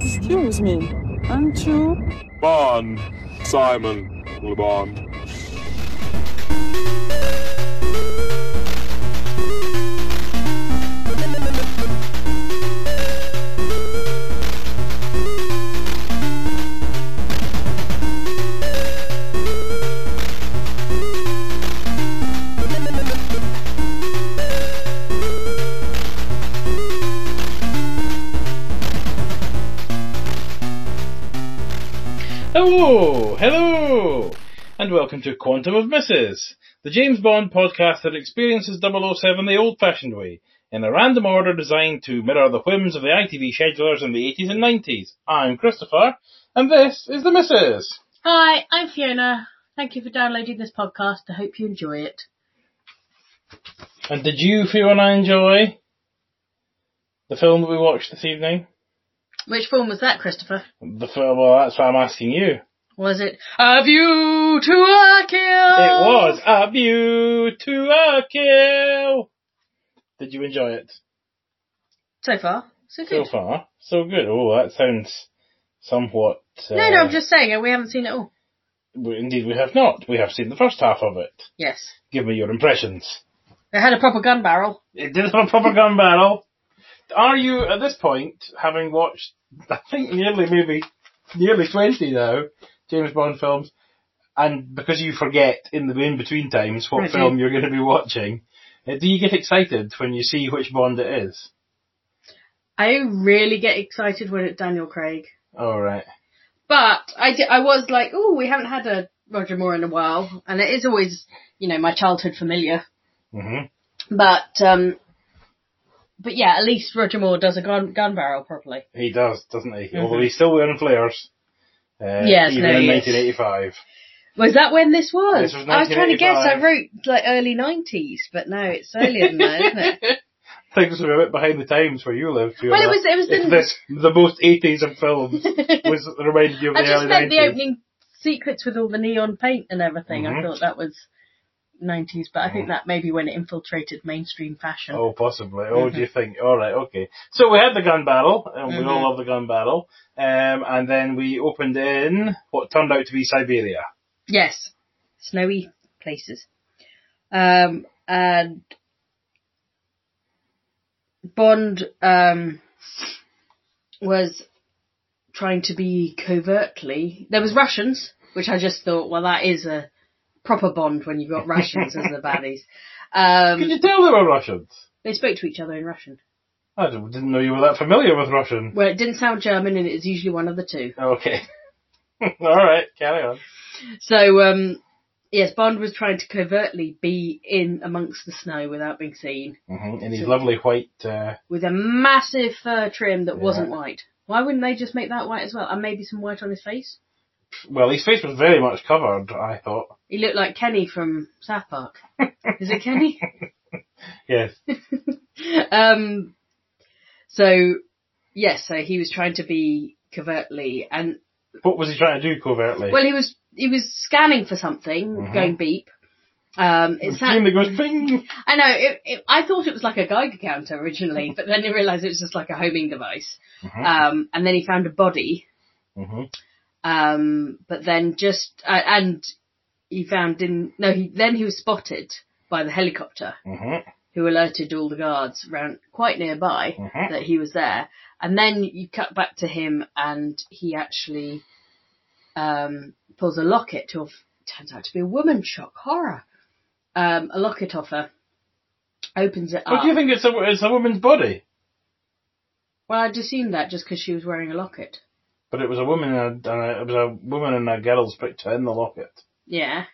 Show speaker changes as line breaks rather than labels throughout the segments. Excuse me, aren't you?
Bon, Simon Le Bon.
Hello, hello, and welcome to Quantum of Misses, the James Bond podcast that experiences 007 the old-fashioned way, in a random order designed to mirror the whims of the ITV schedulers in the 80s and 90s. I'm Christopher, and this is the Misses.
Hi, I'm Fiona. Thank you for downloading this podcast. I hope you enjoy it.
And did you, Fiona, enjoy the film that we watched this evening?
Which film was that, Christopher?
The film, well, that's why I'm asking you.
Was it A View to a Kill?
It was A View to a Kill. Did you enjoy it?
So far, so
So
good.
far, so good. Oh, that sounds somewhat. Uh,
No, no, I'm just saying it. We haven't seen it all.
we- Indeed, we have not. We have seen the first half of it.
Yes.
Give me your impressions.
It had a proper gun barrel.
It did have a proper gun barrel. Are you at this point, having watched, I think nearly maybe nearly twenty now James Bond films, and because you forget in the in between times what
I do.
film you're going to be watching, uh, do you get excited when you see which Bond it is?
I really get excited when it's Daniel Craig.
All right.
But I, di- I was like, oh, we haven't had a Roger Moore in a while. And it is always, you know, my childhood familiar.
Mhm.
But, um, but yeah, at least Roger Moore does a gun, gun barrel properly.
He does, doesn't he? Although he's still wearing flares. Uh,
Mm-hmm. Yes,
even
no,
in
he is.
1985.
Was that when this was?
This was
I was trying to guess. I
1985.
wrote like early nineties, but no, it's earlier than that, isn't it?
Things were a bit behind the times where you lived.
Well, it was. It was
If
the.
this the most 80s of films was reminded you of the
I just
early
meant the
90s.
opening sequence with all the neon paint and everything.
Mhm.
I thought that was nineties, but I
Mm-hmm.
think that maybe when it infiltrated mainstream fashion.
Oh, possibly. Oh, do you
Mm-hmm.
think? All right, okay. So we had the gun battle, and we all love the gun battle. Um, and then we opened in what turned out to be Siberia.
Yes, snowy places. Um, and Bond um, was trying to be covertly. There was Russians, which I just thought, well, that is a proper Bond when you've got Russians as the baddies.
Could
Um,
you tell they were Russians?
they spoke to each other in Russian.
I d- didn't know you were that familiar with Russian.
Well, it didn't sound German, and it was usually one of the two.
Okay. all right, carry on.
So, um, yes, Bond was trying to covertly be in amongst the snow without being seen.
hmm In his lovely white. Uh,
with a massive fur trim that
Yeah.
wasn't white. Why wouldn't they just make that white as well? And maybe some white on his face?
well, his face was very much covered. I thought.
He looked like Kenny from South Park. Is it Kenny?
Yes.
um, so, yes, so he was trying to be covertly and,
What was he trying to do covertly?
well, he was, he was scanning for something, going beep. Um,
the
it
team
sound,
that goes bing.
I know, it, it, I thought it was like a Geiger counter originally, but then I realised it was just like a homing device.
Mm-hmm.
Um, and then he found a body
hmm
Um, but then just uh, and he found in no he then he was spotted by the helicopter
hmm
who alerted all the guards around quite nearby
Mhm.
that he was there. And then you cut back to him and he actually um, pulls a locket to turns out to be a woman. Shock horror. Um, a locket off her. Opens it
What
up.
do you think? It's a it's a woman's body,
well, I'd assumed that just because she was wearing a locket.
but it was a woman and a, and a- it was a woman and a girl's picture in the locket.
Yeah.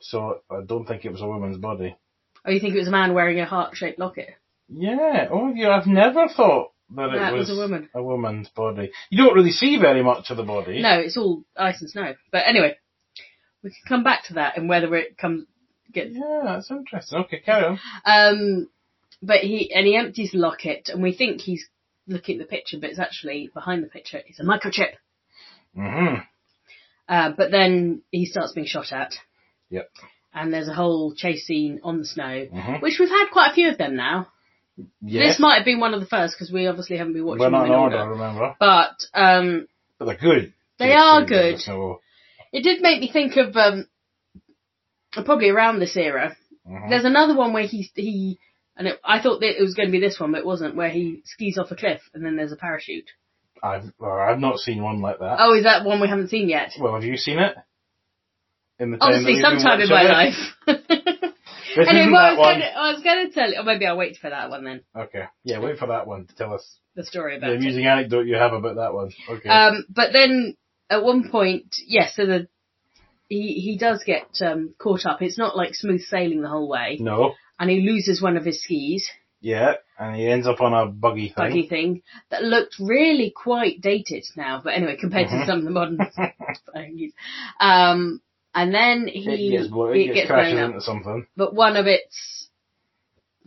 So I don't think it was a woman's body.
Oh, you think it was a man wearing a heart-shaped locket?
Yeah. Oh, you. I've never thought that it
That was a woman.
A woman's body. You don't really see very much of the body.
No, it's all ice and snow. But anyway, we can come back to that and whether it comes gets.
Yeah, that's interesting. Okay, carry on.
Um, but he and he empties the locket, and we think he's looking at the picture, but it's actually behind the picture. It's a microchip.
hmm
Uh, but then he starts being shot at,
Yep.
and there's a whole chase scene on the snow, which we've had quite a few of them now.
Yes.
This might have been one of the first because we obviously haven't been watching
We're not
them
in
any
order,
longer.
remember.
But um,
But they're good.
They are
There's
good.
no-
it did make me think of um, probably around this era.
Mhm.
There's another one where he he and it, I thought that it was going to be this one, but it wasn't. Where he skis off a cliff and then there's a parachute.
I've, well, I've not seen one like that.
Oh, is that one we haven't seen yet?
Well, have you seen it? In the time that
Obviously,
we've been
sometime in
watching
my
it?
life.
This
anyway,
isn't
what I
that
was,
one.
gonna, I was going to tell you, or maybe I'll wait for that one then.
Okay. Yeah, wait for that one to tell us
The story
the
about it.
amusing anecdote you have about that one. Okay.
Um, but then at one point, yes, so the he he does get um, caught up. It's not like smooth sailing the whole way,
no.
and he loses one of his skis
Yeah, and he ends up on a buggy thing.
buggy thing that looked really quite dated now. But anyway, compared
Mm-hmm.
to some of the modern buggies, um, and then he
it gets blown. It, gets, crashes
blown up.
into something.
but one of its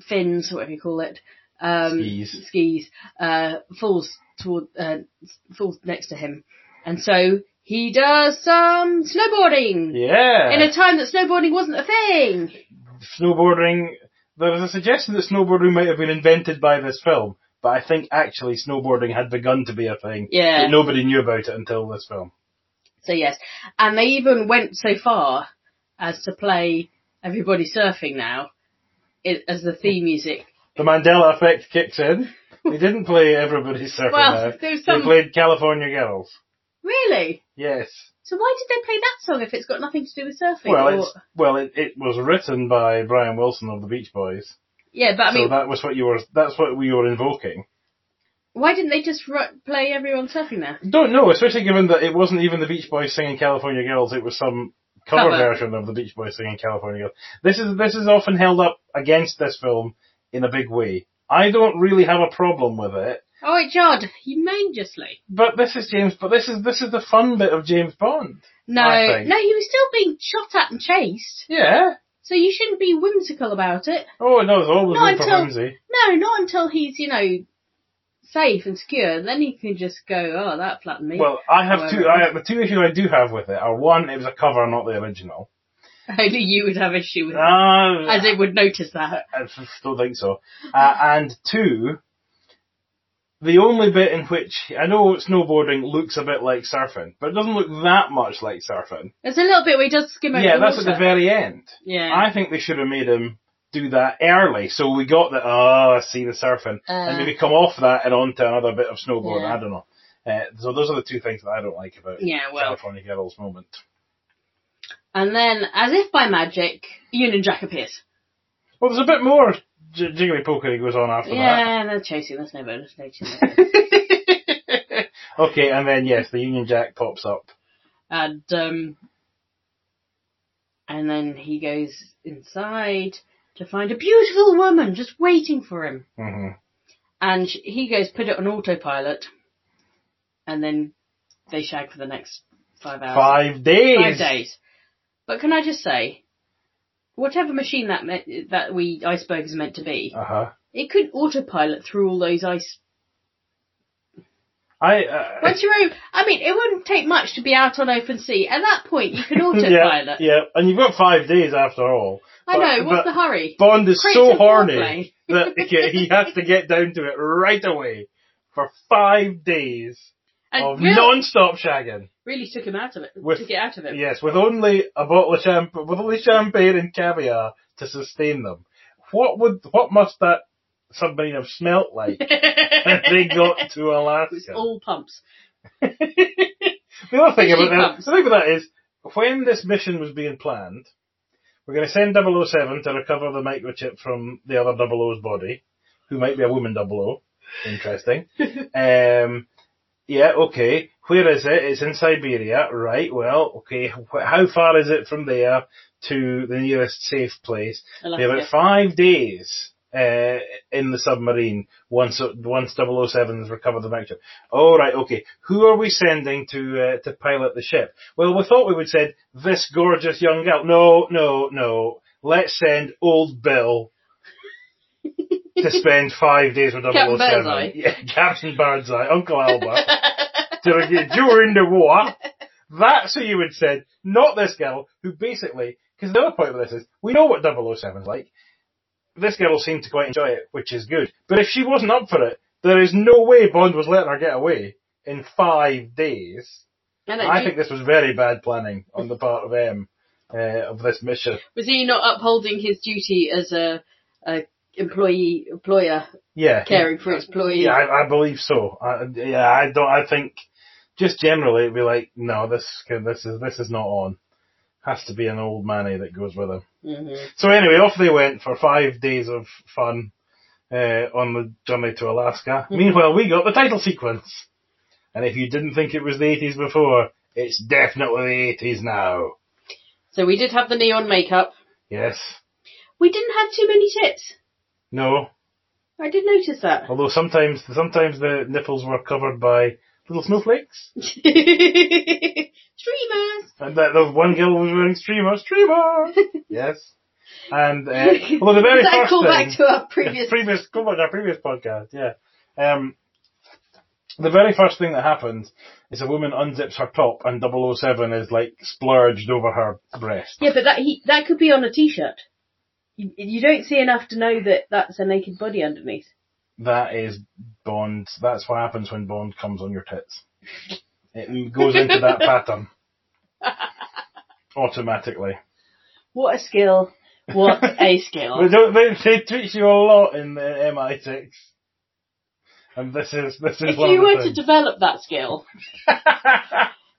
fins, whatever you call it, um,
Skis.
skis, uh, falls toward, uh, falls next to him, and so he does some snowboarding
Yeah.
in a time that snowboarding wasn't a thing.
snowboarding. There was a suggestion that snowboarding might have been invented by this film, but I think actually snowboarding had begun to be a thing.
Yeah.
But nobody knew about it until this film.
So yes, and they even went so far as to play "Everybody Surfing Now" i- as the theme music.
The Mandela effect kicks in. They didn't play Everybody's Surfing
Well,
Now.
there's
They
some
played California Girls.
really.
Yes.
So why did they play that song if it's got nothing to do with surfing?
Well,
or-
it's, well, it, it was written by Brian Wilson of the Beach Boys,
yeah, but I mean,
so that was what you were. That's what we were invoking.
Why didn't they just ru- play everyone surfing there?
Don't know, especially given that it wasn't even the Beach Boys singing California Girls, it was some cover,
Cover.
version of the Beach Boys singing California Girls. This is this is often held up against this film in a big way. I don't really have a problem with it,
Oh, it's odd. Humongously.
but this is James. But this is this is the fun bit of James Bond.
No,
I think.
no, he was still being shot at and chased.
Yeah.
So you shouldn't be whimsical about it.
Oh no, there's always
Not
room for
until-
whimsy.
No, not until he's, you know, safe and secure. Then he can just go, oh, that flattened me.
Well, I have two.
However,
I have, the two issues I do have with it are one, it was a cover, not the original.
Only you would have issue with that.
Uh,
As it would notice that.
I f- don't think so. Uh, and two, the only bit in which I know snowboarding looks a bit like surfing, but it doesn't look that much like surfing.
There's a little bit where he does skim over
yeah,
the
that's
water.
at the very end.
yeah.
I think they should have made him do that early, so we got the oh, I see the surfing, and
Uh.
maybe come off that and onto another bit of snowboarding.
Yeah.
I don't know. Uh, so those are the two things that I don't like about
Yeah, well.
California Girls moment.
And then, as if by magic, Union Jack appears.
Well, there's a bit more j- jiggly pokery goes on after that.
Yeah, and they're chasing the snowboarders. they're chasing the snowboarders.
okay, and then yes, the Union Jack pops up.
and um, and then he goes inside to find a beautiful woman just waiting for him.
hmm
And sh- he goes put it on autopilot, and then they shag for the next Uh, five hours,
Five days.
Five days. But can I just say, whatever machine that me- that we iceberg is meant to be,
Uh huh.
it could autopilot through all those ice.
I. Uh,
Once you're over, I mean, it wouldn't take much to be out on open sea. At that point, you can
yeah,
autopilot.
yeah, and you've got five days after all.
I
But-
know. What's
but
the hurry?
Bond is
Create
so
some
horny
foreplay.
that he he has to get down to it right away for five days
And
of
Will
non-stop shagging.
really took him out of it.
With-
took it out of him.
Yes, with only a bottle of champagne, with only champagne and caviar to sustain them. What would what must that submarine have smelt like? when they got to Alaska.
It's all pumps.
The other thing
Fishing
about that,
clubs.
the thing about that is, when this mission was being planned, we're going to send 007 to recover the microchip from the other 00's body, who might be a woman 00. Interesting. um, yeah, okay. Where is it? It's in Siberia. Right, well, okay. Wh- How far is it from there to the nearest safe place? They
Alaska.
were five days uh, in the submarine once once 007 has recovered the mixture. All right, okay. Who are we sending to uh, to pilot the ship? Well, we thought we would send this gorgeous young girl. No, no, no. Let's send old Bill to spend five days with 007.
Captain Birdseye.
Yeah, Captain Birdseye, Uncle Albert, to review during the war. That's who you would send, not this girl who basically, because the other point of this is, we know what 007's like. this girl seemed to quite enjoy it, which is good. But if she wasn't up for it, there is no way Bond was letting her get away in five days.
And
I think this was very bad planning on the part of M uh, of this mission.
was he not upholding his duty as a, a employee employer
Yeah, he-
caring for his employees?
Yeah, I, I believe so. I, yeah, I don't. I think just generally it'd be like, no, this can- this is this is not on. Has to be an old manny that goes with him.
Mhm.
So anyway, off they went for five days of fun uh, on the journey to Alaska. Meanwhile, we got the title sequence. And if you didn't think it was the 80s before, it's definitely the 80s now.
So we did have the neon makeup.
Yes.
We didn't have too many tits.
No.
I did notice that.
Although sometimes sometimes the nipples were covered by little snowflakes.
Dreamers.
And that the one girl was wearing streamer, streamer. yes. And uh, well, the very
Is that a
first
callback
thing,
to our
Yes,
previous?
previous come on, our previous podcast, yeah. Um, the very first thing that happens is a woman unzips her top and 007 is like splurged over her breast.
Yeah, but that he, that could be on a t-shirt. You, you don't see enough to know that that's a naked body underneath.
That is Bond. That's what happens when Bond comes on your tits. It goes into that pattern automatically.
What a skill! What a skill!
They, don't, they, they treat you a lot in uh, the MI6. And this is this is
If
one
you
of the
were to
things.
develop that skill,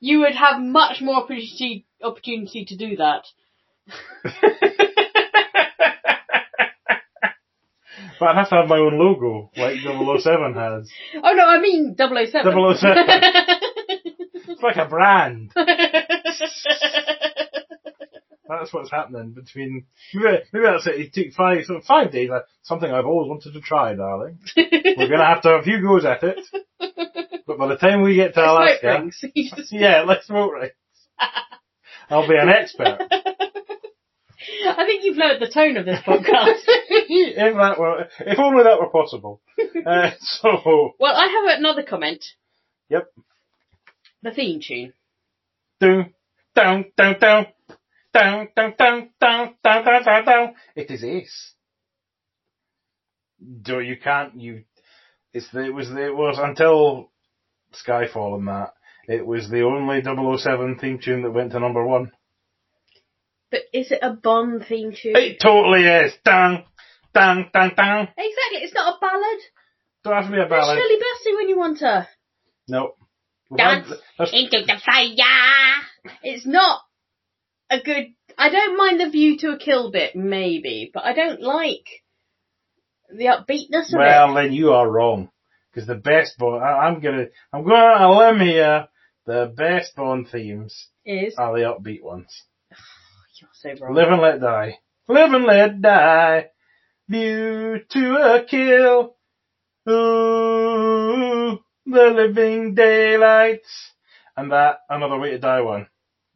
you would have much more opportunity opportunity to do that.
but I'd have to have my own logo, like 007 has.
Oh no, I mean 007.
007. It's like a brand. That's what's happening between. Maybe, maybe that's it. It took five so five days. uh, Something I've always wanted to try, darling. We're gonna have to have a few goes at it. But by the time we get to
Smoke
Alaska,
rings. You just-
yeah, let's vote right. I'll be an expert.
I think you've lowered the tone of this podcast.
if that were, eh, if only that were possible. Uh, so,
well, I have another comment.
Yep.
The theme tune.
down, down, down, down, down, down, down, down, down, down, down, down. It is Ace. Do you can't you? It's the, it was the, it was until Skyfall and that. It was the only 007 theme tune that went to number one.
But is it a Bond theme tune?
It totally is. Down, down, down, down.
Exactly, it's not a ballad.
Don't have to be a
There's
ballad.
Shirley Bassey when you want her.
Nope. We've had-
Dance
that's-
into the fire. It's not a good. I don't mind the view to a kill bit, maybe, but I don't like the upbeatness of
Well, then you are wrong. Because the best Bond, I, I'm gonna, I'm going on a limb here. The best Bond themes
it. Is
are the upbeat ones.
you're so wrong.
Live and let die. Live and let die. View to a kill. Ooh, the living daylights. And that, another way to die one.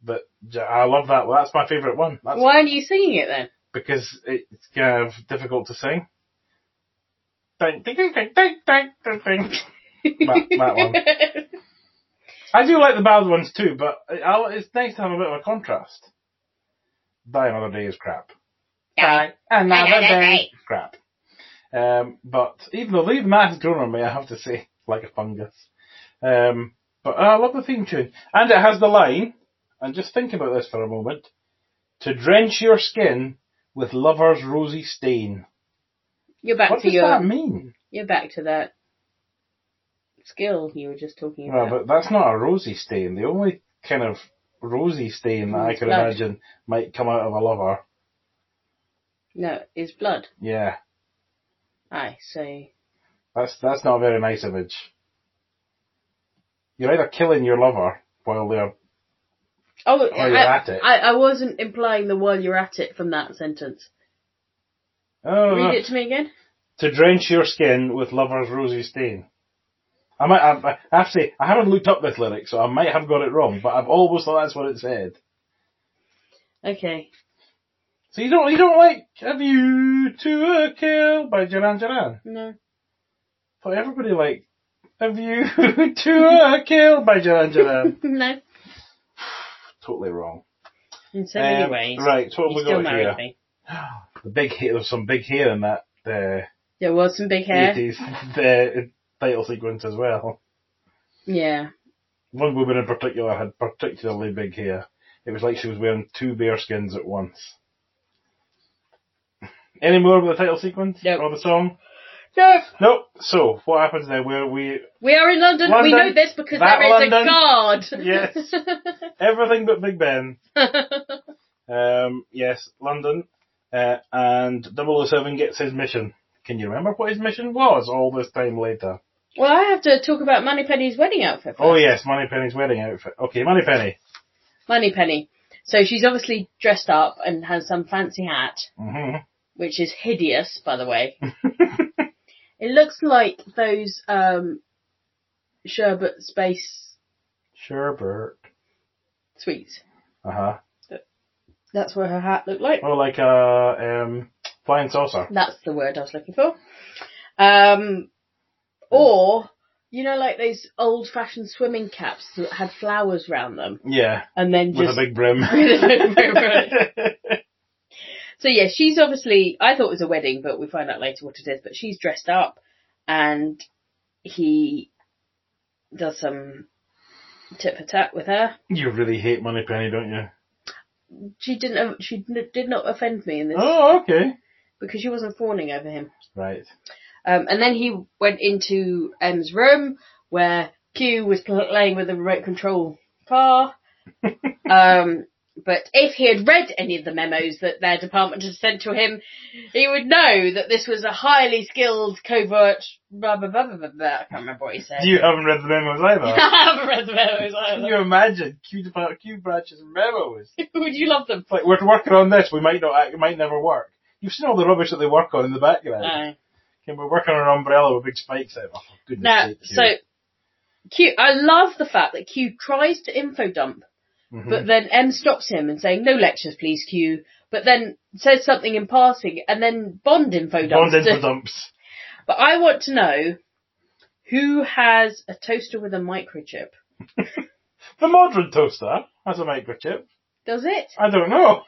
But j- I love that one. That's my favourite one. That's
Why are you singing it then?
because it's kind of difficult to sing. Ding, ding, ding, ding, ding, ding, ding. That- that one. I do like the bad ones too, but I'll, it's nice to have a bit of a contrast. Die Another Day is crap. Die Another Day is crap. Um, but even though the math has grown on me, I have to say, like a fungus. Um, but I love the theme tune. And it has the line, and just think about this for a moment, to drench your skin with lover's rosy stain.
You're back
What
to
does
your.
that mean?
You're back to that skill you were just talking
Well,
about.
but that's not a rosy stain. The only kind of rosy stain that I
It's
could
blood.
imagine might come out of a lover.
No, it's blood.
Yeah,
Aye, so
that's that's not a very nice image. You're either killing your lover while they're
Oh,
While you're
I,
at it.
I, I wasn't implying the while you're at it from that sentence.
oh,
Read it to me again.
to drench your skin with lover's rosy stain. I might I, I have to say I haven't looked up this lyric, so I might have got it wrong, but I've always thought that's what it said.
Okay.
So you don't you don't like "Have You to a Kill" by Duran Duran.
No.
But everybody like "Have You to a Kill" by Duran Duran.
No.
totally wrong.
In so many
Um,
ways.
right, so what
You
have we
still
got
married
here?
me.
the big hair, there was some big hair in that uh,
There was some big hair.
80s the title sequence as well.
Yeah.
One woman in particular had particularly big hair. It was like she was wearing two bearskins at once. Any more about the title sequence
Nope.
or the song?
No,
Nope. So what happens then? Where we
we are in London.
London.
we know this because
That
there is
London.
a guard.
Yes. everything but Big Ben. Um, yes, London. Uh, and 007 gets his mission. Can you remember what his mission was all this time later?
well, I have to talk about Moneypenny's wedding outfit. First.
Oh yes, Moneypenny's wedding outfit. Okay, Moneypenny.
Moneypenny. So she's obviously dressed up and has some fancy hat,
hmm
which is hideous, by the way. it looks like those um, sherbet space
Sherbert.
sweets.
Uh-huh.
That's what her hat looked like.
Oh, like a um, flying saucer.
That's the word I was looking for. Um, or you know, like those old-fashioned swimming caps that had flowers round them,
Yeah,
and then
with
just.
a big brim.
so yeah, she's obviously. I thought it was a wedding, but we find out later what it is. But she's dressed up, and he does some tit for tat with her.
you really hate Moneypenny, don't you?
She didn't. She did not offend me in this
Oh, okay.
because she wasn't fawning over him.
Right.
Um, and then he went into M's room where Q was pl- playing with the remote control car. um, but if he had read any of the memos that their department had sent to him, he would know that this was a highly skilled covert. Blah blah blah blah blah. blah. I can't remember what he said.
You haven't read the memos either.
I haven't read the memos
Can
either.
you imagine Q, Depart- Q Branch's memos?
would you love them?
It's like we're working on this. We might not. act- It might never work. You've seen all the rubbish that they work on in the background.
No.
Okay, we're working on an umbrella with big spikes out. Oh, for goodness
Now,
sake, Q.
so Q. I love the fact that Q tries to info dump
Mhm.
But then M stops him and saying, no lectures please, Q. But then says something in passing and then Bond info dumps.
Bond
it.
info dumps.
But I want to know who has a toaster with a microchip.
The modern toaster has a microchip.
Does it?
I don't know.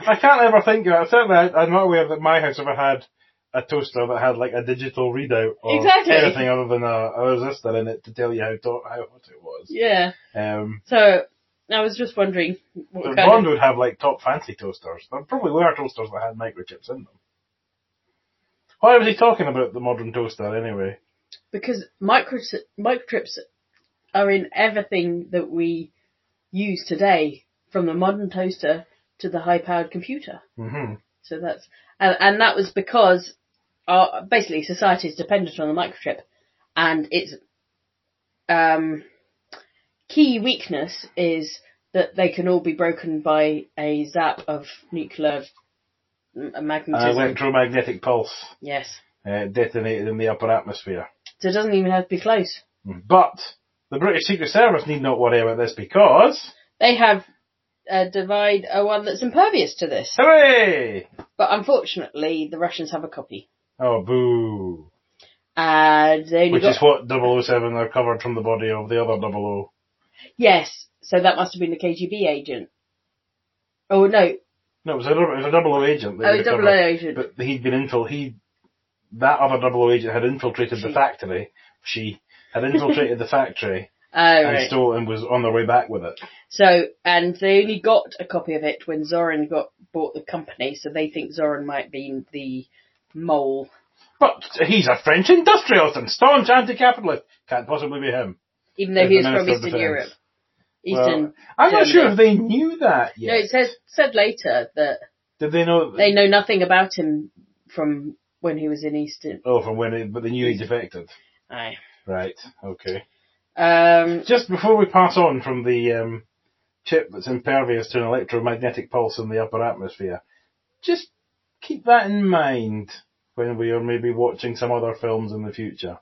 I can't ever think of it. Certainly, I, I'm not aware that my house ever had a toaster that had like a digital readout or
Exactly.
anything other than a, a resistor in it to tell you how, to, how hot it was.
Yeah.
Um,
So I was just wondering
but
what kind
Bond
of,
would have like top fancy toasters. There probably were toasters that had microchips in them. Why was he talking about the modern toaster anyway?
because micro microchips are in everything that we use today, from the modern toaster to the high powered computer.
hmm
So that's and, and that was because our basically society is dependent on the microchip, and its um, key weakness is that they can all be broken by a zap of nuclear m-
Uh,
magnetism.
electromagnetic pulse
Yes,
uh, detonated in the upper atmosphere.
so it doesn't even have to be close.
But the British Secret Service need not worry about this because
They have a divide a one that's impervious to this,
hooray!
but unfortunately the Russians have a copy,
Oh, boo.
and they only
Which
got
is what 007 are covered from the body of the other oh. 00.
yes. So that must have been the KGB agent. Oh no,
No, it was a, it was a 00 agent. that
Oh,
they
double
recovered.
O agent.
But he'd been infil- he, that other 00 agent had infiltrated the
She.
factory. She had infiltrated the factory
Oh,
and
right.
stole and was on their way back with it.
So, and they only got a copy of it when Zoran got bought the company, so they think Zoran might be the mole.
But he's a French industrialist and staunch anti-capitalist. Can't possibly be him.
Even though
As
he
the
was from
Minister of
Eastern
Defence.
Europe.
Well,
Eastern.
I'm not
Germany.
sure if they knew that yet.
No, it says, said later that
Did they know?
they know nothing about him from when he was in Eastern.
Oh, from when, it, but they knew he defected.
Aye.
Right. Okay.
Um,
Just before we pass on from the um, chip that's impervious to an electromagnetic pulse in the upper atmosphere, just keep that in mind when we are maybe watching some other films in the future.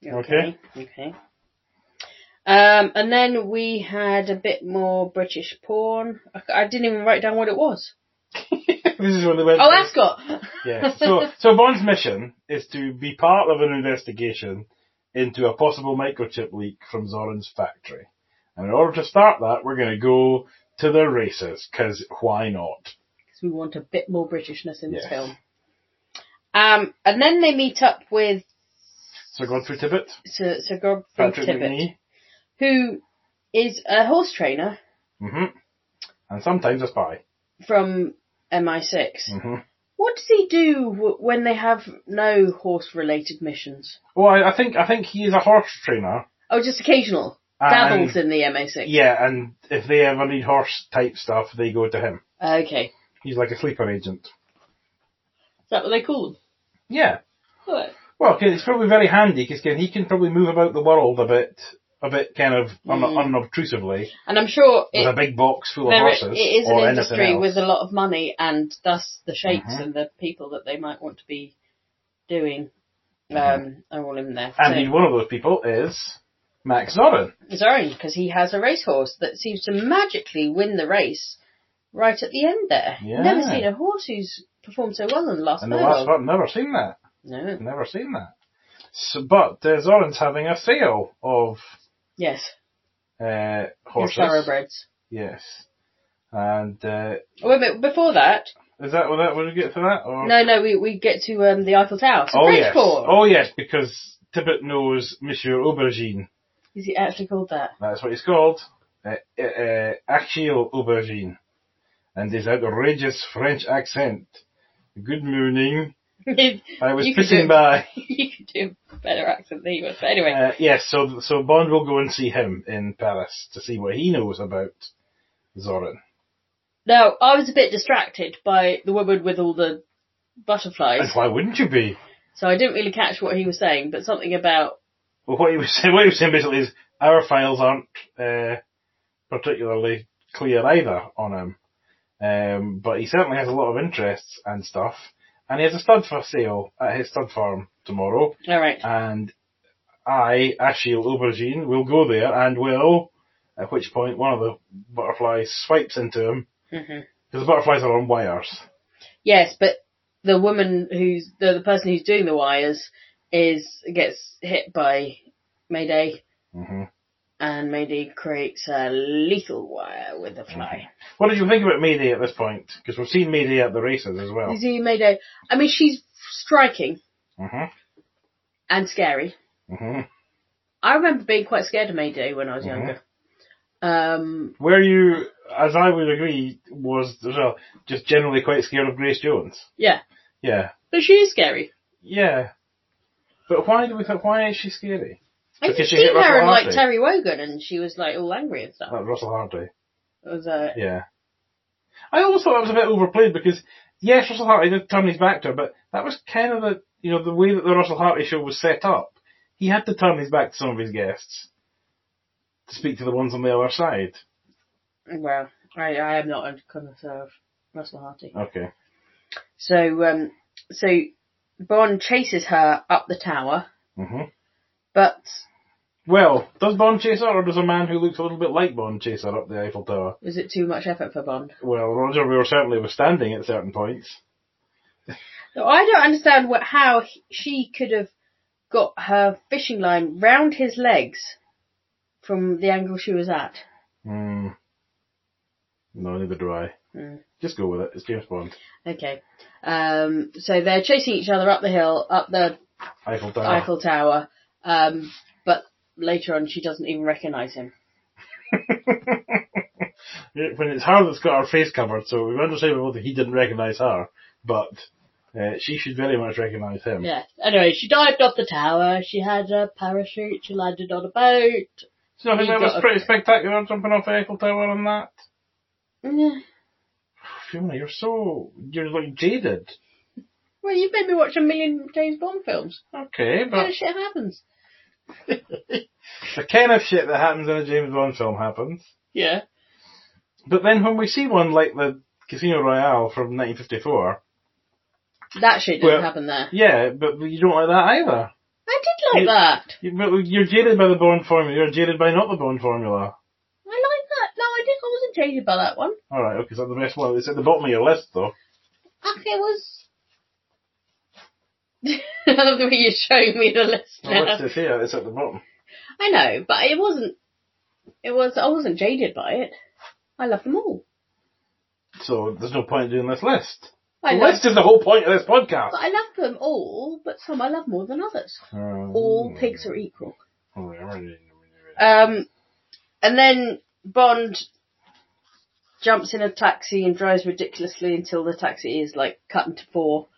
okay. Okay. Um, and then we had a bit more British porn. I, I didn't even write down what it was.
this is when they went.
Oh,
to-
Ascot!
Yeah. So, so Bond's mission is to be part of an investigation into a possible microchip leak from Zoran's factory. And in order to start that, we're going to go to the races, because why not?
Because we want a bit more Britishness in this
Yes.
film. Um, and then they meet up with
Sir Godfrey Tibbet,
Sir, Sir Godfrey
Patrick
Tibbet,
McNee,
who is a horse trainer
hmm and sometimes a spy.
from MI6.
hmm
What does he do w- when they have no horse-related missions?
Well, I, I think I think he is a horse trainer.
Oh, just occasional.
And-
Dabbles in the MI6.
Um, Yeah, and if they ever need horse type stuff, they go to him.
Okay. Is
He's like a sleeper agent.
that what they call them?
Yeah.
Alright.
Well, 'cause it's probably very handy because he can probably move about the world a bit, a bit kind of un- unobtrusively
And I'm sure
with a
Mm. it,
big box full of
there,
horses
it is
or
an
anything
industry
else. Mm-hmm.
with a lot of money and thus the sheikhs and the people that they might want to be doing um, are all in there.
Mm-hmm. And one of those people is Max Zorin.
It's orange because he has a racehorse that seems to magically win the race right at the end there.
Yeah.
Never seen a horse who's performed so well in the last
And the
furlong.
last one, never seen that.
No.
Never seen that. So, but uh, Zorin's having a sale of
Yes.
uh,
His
horses.
thoroughbreds.
Yes. And uh,
Oh, wait a minute, before that,
is that what that would get to that? Or?
no, no, we, we get to um, the Eiffel Tower. So
Oh
French
yes.
Court.
Oh yes, because Tibbet knows Monsieur Aubergine.
Is it actually called that?
That's what he's called. Uh, uh, uh, Achille Aubergine. And his outrageous French accent. Good morning. I was
You could do
pissing
it.
by.
you could do a better accent than you would. But anyway,
Uh, yes, so so Bond will go and see him in Paris to see what he knows about Zorin.
now I was a bit distracted by the woman with all the
And
butterflies,
why wouldn't you be?
so I didn't really catch what he was saying. But something about
Well, what he was saying, what he was saying basically is our files aren't uh, particularly clear either on him, um, but he certainly has a lot of interests and stuff, and he has a stud for sale at his stud farm tomorrow,
all right,
and I, Ashiel Aubergine, will go there and will, at which point one of the butterflies swipes into him,
Mhm.
because the butterflies are on wires.
yes, but the woman who's the, the person who's doing the wires is gets hit by Mayday,
Mhm.
and Mayday creates a lethal wire with a fly.
What did you think about Mayday at this point? Because we've seen Mayday at the races as well.
You see Mayday? I mean, she's striking
Mhm.
and scary.
Mhm.
I remember being quite scared of Mayday when I
Mm-hmm.
was younger. Um,
Were you, as I would agree, was well, just generally quite scared of Grace Jones?
yeah,
Yeah,
but she is scary.
yeah. But why do we think? Why is she scary?
I
Because
have
she
seen
hit
her
Russell
in like
Hardy.
Terry Wogan, and she was like all angry and stuff.
That Uh, Russell Hardy.
It was uh,
Yeah. I always thought that was a bit overplayed because yes, Russell Hardy did turn his back to her, but that was kind of the you know the way that the Russell Hardy show was set up. He had to turn his back to some of his guests to speak to the ones on the other side.
well, I, I am not a connoisseur of Russell Hardy.
Okay.
So um, so Bond chases her up the tower,
Mhm.
but
Well, does Bond chase her, or does a man who looks a little bit like Bond chase her up the Eiffel Tower?
was it too much effort for Bond?
Well, Roger, we were certainly was standing at certain points.
So I don't understand what how he, she could have got her fishing line round his legs from the angle she was at.
Hmm. No, neither do I.
Hmm.
Just go with it. It's James Bond.
Okay. Um, so they're chasing each other up the hill, up the
Eiffel Tower.
Eiffel Tower, um, but later on she doesn't even recognise him.
when it's her that's got her face covered, so we understand well that he didn't recognise her, but uh, she should very much recognise him.
Yeah. Anyway, she dived off the tower, she had a parachute, she landed on a boat.
So I think
He
that was
got a-
pretty spectacular jumping off the Eiffel Tower and that.
Yeah.
Fiona, you're so you're like jaded.
Well, you've made me watch a million James Bond films.
Okay,
What kind
but
of shit happens?
the kind of shit that happens in a James Bond film happens.
Yeah.
But then when we see one like the Casino Royale from 1954,
That shit didn't
Well-
happen there.
yeah, but you don't like that either.
I did like
Yeah.
that.
You- but You're jaded by the Bond formula. You're jaded by not the Bond formula.
I like that. No, I did. I wasn't jaded by that one.
All right, okay, so the best one. It's at the bottom of your list, though.
Ach, it was. I love the way you're showing me the list
Well,
now.
What's this here? It's at the bottom.
I know, but it wasn't. It was. I wasn't jaded by it. I love them all.
So there's no point in doing this list.
I
the
love,
list is the whole point of this podcast.
but I love them all, but some I love more than others.
Um,
All pigs are equal.
alright, alright, alright, alright.
Um, and then Bond jumps in a taxi and drives ridiculously until the taxi is like cut into four.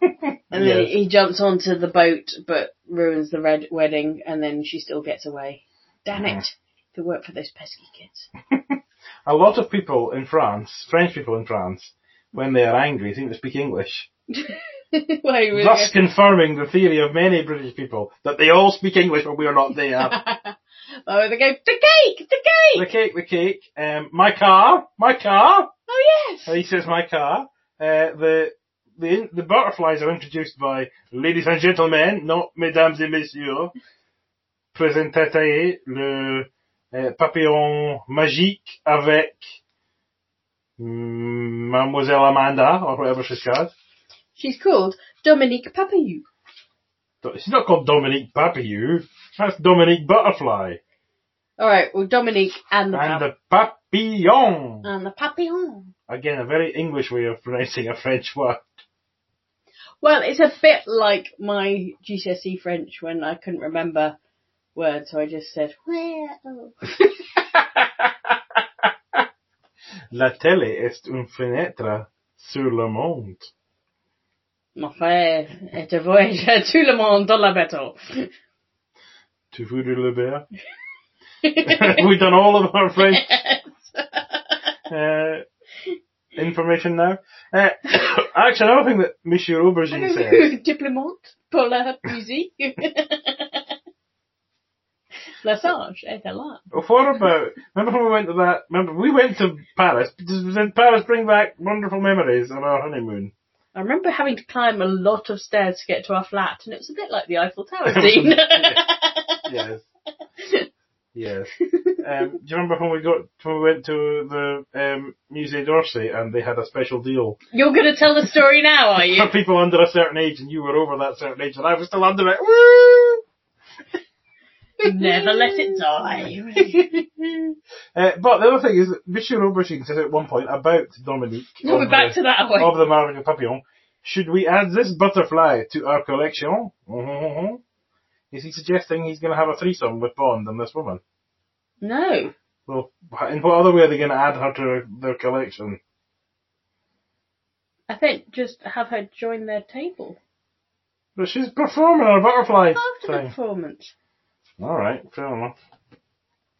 And then
Yes.
he jumps onto the boat, but ruins the red wedding, and then she still gets away. Damn it! If it weren't for those pesky kids.
A lot of people in France, French people in France, when they are angry, seem to speak English.
Why were
Thus confirming the theory of many British people that they all speak English but we are not there.
they- why were they go? The cake, the cake.
the cake, the cake, um, my car, my car,
Oh yes.
And he says my car, uh, the, the, the butterflies are introduced by ladies and gentlemen, not mesdames et messieurs. Présentez le euh, papillon magique avec mm, Mademoiselle Amanda, or whatever she's called.
She's called Dominique Papayou.
She's not called Dominique Papillou. That's Dominique Butterfly.
All right. Well, Dominique and the
And
pap-
the papillon.
and the papillon.
Again, a very English way of pronouncing a French word.
Well, it's a bit like my GCSE E French when I couldn't remember words, so I just said, well.
La télé est une fenêtre sur le monde.
Mon frère est un voyage à tout le monde dans la bateau.
Tu voudrais le bear? We've done all of our French uh, information now. Uh, actually, another thing that Monsieur Aubergine says.
Diplomate pour la musique. La sage est à l'art.
What about? Remember when we went to that? Remember we went to Paris. Did Paris bring back wonderful memories of our honeymoon?
I remember having to climb a lot of stairs to get to our flat, and it was a bit like the Eiffel Tower scene.
yes. Yes. Um, do you remember when we got when we went to the um, Musée d'Orsay and they had a special deal
You're going to tell the story now, are you?
for people under a certain age, and you were over that certain age, and I was still under it. Woo!
Never let it die.
Uh, but the other thing is, that Monsieur Aubergine says at one point about Dominique
We're
of,
back
the,
to that away.
of the Marvin Papillon. Should we add this butterfly to our collection? Mhm. Is he suggesting he's going to have a threesome with Bond and this woman?
No.
Well, in what other way are they going to add her to their collection?
I think just have her join their table
But she's performing on a butterfly
after the
thing.
performance.
All right, fair enough.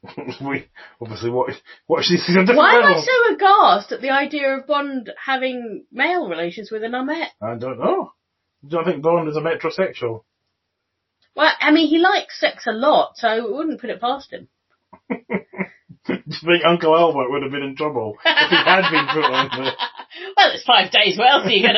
we obviously watch watch these things on different
Why am I
levels.
so aghast at the idea of Bond having male relations with an unmet?
I don't know. Do I think Bond is a metrosexual?
Well, I mean, he likes sex a lot, so I wouldn't put it past him.
Do you think Uncle Albert would have been in trouble if he had been put on the?
Well, it's five days. What else are you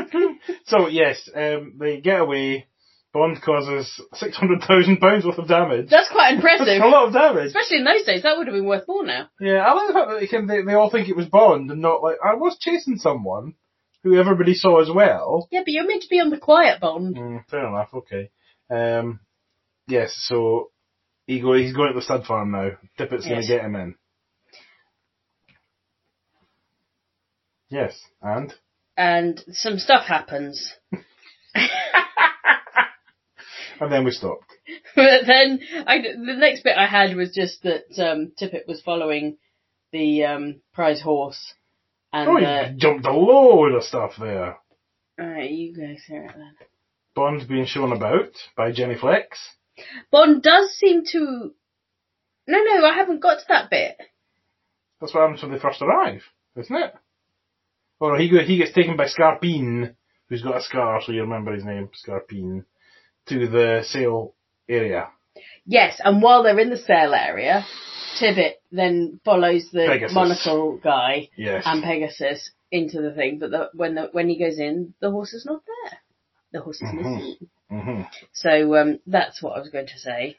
going to do?
so yes, um, they get away. Bond causes six hundred thousand pounds worth of damage.
That's quite
That's
impressive.
a lot of damage.
Especially in those days, that would have been worth more now.
Yeah, I like the fact that they, can, they, they all think it was Bond and not like I was chasing someone who everybody saw as well.
Yeah, but you're meant to be on the quiet Bond.
Mm, fair enough. Okay. Um, yes. So he go, he's going to the stud farm now. Dippett's going
Yes.
to get him in. Yes, and
And some stuff happens.
and then we stopped.
But then I, the next bit I had was just that um, Tippett was following the um, prize horse, and
Oh,
uh,
he jumped a load of stuff there.
alright, you go through it then.
Bond's being shown about by Jenny Flex.
Bond does seem to. No, no, I haven't got to that bit.
That's what happens when they first arrive, isn't it? Or he go, he gets taken by Scarpine, who's got a scar, so you remember his name, Scarpine, to the sale area.
Yes, and while they're in the sale area, Tibbet then follows the
Pegasus.
monocle guy
Yes.
and Pegasus into the thing, but the, when the, when he goes in, the horse is not there. The horse is missing.
hmm
So um, that's what I was going to say.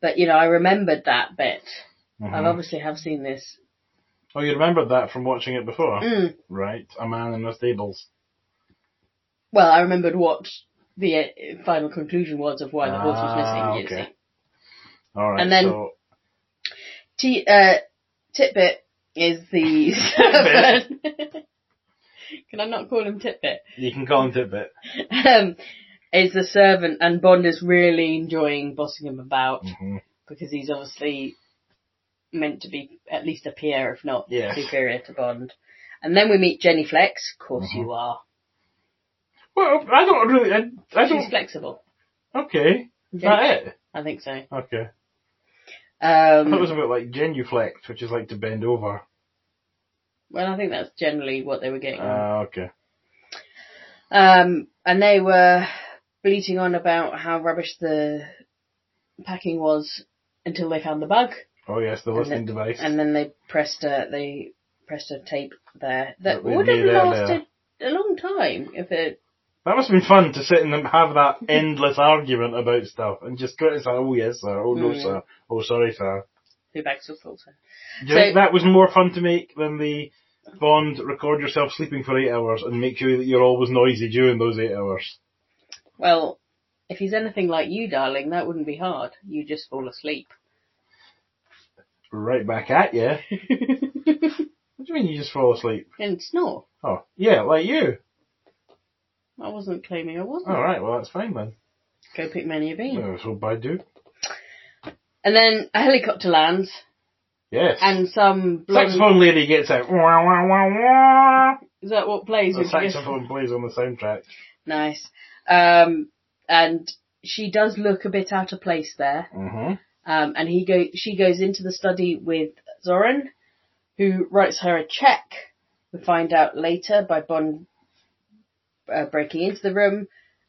But you know, I remembered that bit.
mm-hmm.
I obviously have seen this.
Oh, you remembered that from watching it before,
Mm.
right? A man in the stables.
Well, I remembered what the uh, final conclusion was of why the horse was
Ah,
missing. You
okay.
see.
All right.
And then-
so,
T, uh, Titbit is the servant. Can I not call him Titbit?
You can call him Titbit.
Um, is the servant, and Bond is really enjoying bossing him about
Mhm.
because he's obviously meant to be at least a peer, if not
Yes.
superior to Bond. And then we meet Jenny Flex. Of course,
Mm-hmm.
you are.
Well, I don't really. I, I
She's
don't.
flexible.
Okay. Is that it?
I think so.
Okay. I thought it was
Um,
about like genuflect, which is like to bend over.
well, I think that's generally what they were getting. at.
Ah, okay.
Um, and they were bleating on about how rubbish the packing was until they found the bug,
Oh yes, the listening device.
and then they pressed a they pressed a tape there that
That we
would have
knew there,
lasted a long time if it.
That must have been fun to sit and have that endless argument about stuff and just criticize. Oh yes, sir. Oh no,
Mm.
sir. Oh sorry, sir.
Who bags was also.
Do you
So-
think that was more fun to make than the Bond record yourself sleeping for eight hours and make sure that you're always noisy during those eight hours?
Well, if he's anything like you, darling, that wouldn't be hard. You just fall asleep.
Right back at you.
and
What do you mean you just fall asleep?
snore.
Oh yeah, like you.
I wasn't claiming I wasn't.
All right, well that's fine then.
Go pick many a bean.
Oh. Yeah, so Baidu.
And then a helicopter lands,
Yes.
and some bloody
saxophone lady gets out. Wah, wah, wah, wah.
Is that what plays?
The
with you?
saxophone plays on the soundtrack.
Nice. Um, and she does look a bit out of place there.
hmm
Um, and he go, she goes into the study with Zoran, who writes her a check. We find out later by Bond uh, breaking into the room